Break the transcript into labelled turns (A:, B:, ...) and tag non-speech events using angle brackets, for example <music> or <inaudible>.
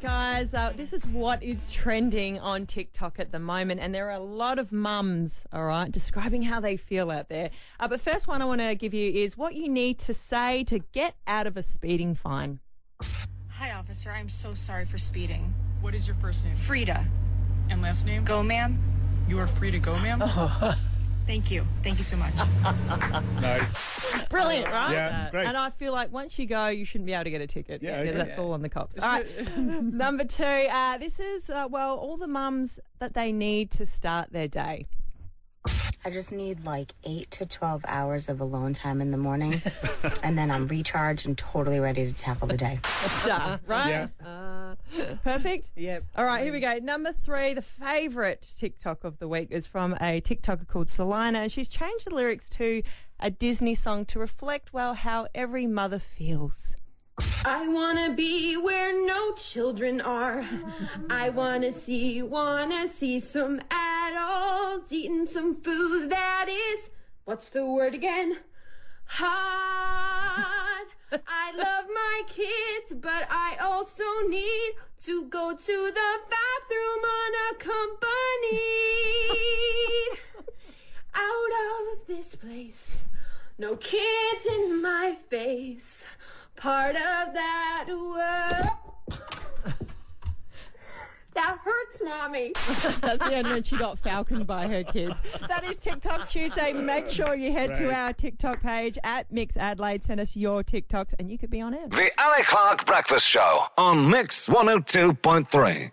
A: guys, uh, this is what is trending on TikTok at the moment, and there are a lot of mums, all right, describing how they feel out there. Uh, but first one I want to give you is what you need to say to get out of a speeding fine.
B: Hi, officer. I'm so sorry for speeding.
C: What is your first name
B: Frida,
C: and last name?
B: go, ma'am.
C: You are free to go, ma'am.
B: Thank you. Thank you so much.
D: Nice.
A: Brilliant, right?
D: Oh, Yeah, great.
A: And I feel like once you go, you shouldn't be able to get a ticket.
D: Yeah,
A: because
D: okay.
A: that's all on the cops. All right.
D: <laughs>
A: Number two, uh, this is, uh, well, all the mums that they need to start their day.
E: I just need like eight to 12 hours of alone time in the morning, and then I'm recharged and totally ready to tackle the day.
A: Done, right?
D: Uh-huh.
A: Uh,
D: Yeah. Mm.
A: Perfect?
F: Yep.
A: All right, here we go. Number three, the favourite TikTok of the week is from a TikToker called Selina, and she's changed the lyrics to a Disney song to reflect, well, how every mother feels.
G: I wanna be where no children are. I wanna see, wanna see some adults eating some food that is, what's the word again? Hot. I love my kids, but I also need to go to the bathroom unaccompanied. Out of this place. No kids in my face. Part of that world. that hurts, mommy.
A: That's the end when she got falconed by her kids. That is TikTok Tuesday. Make sure you head to
D: Right.
A: our TikTok page at Mix Adelaide. Send us your TikToks, and you could be on air.
H: The Ali Clark Breakfast Show on Mix 102.3.